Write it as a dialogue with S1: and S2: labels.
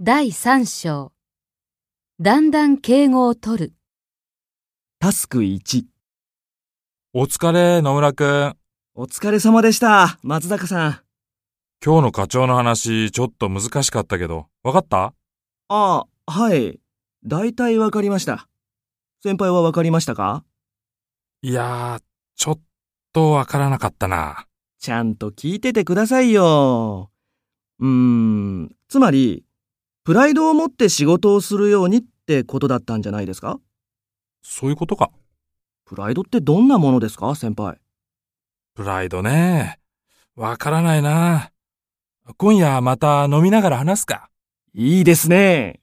S1: 第3章。だんだん敬語を取る。
S2: タスク1。
S3: お疲れ、野村くん。
S2: お疲れ様でした、松坂さん。あ
S3: 今日の課長の話、ちょっと難しかったけど、わかった
S2: あ、はい。だいたいわかりました。先輩はわかりましたか
S3: いやー、ちょっとわからなかったな。
S2: ちゃんと聞いててくださいよ。うーん、つまり、プライドを持って仕事をするようにってことだったんじゃないですか
S3: そういうことか。
S2: プライドってどんなものですか、先輩。
S3: プライドね。わからないな。今夜また飲みながら話すか。
S2: いいですね。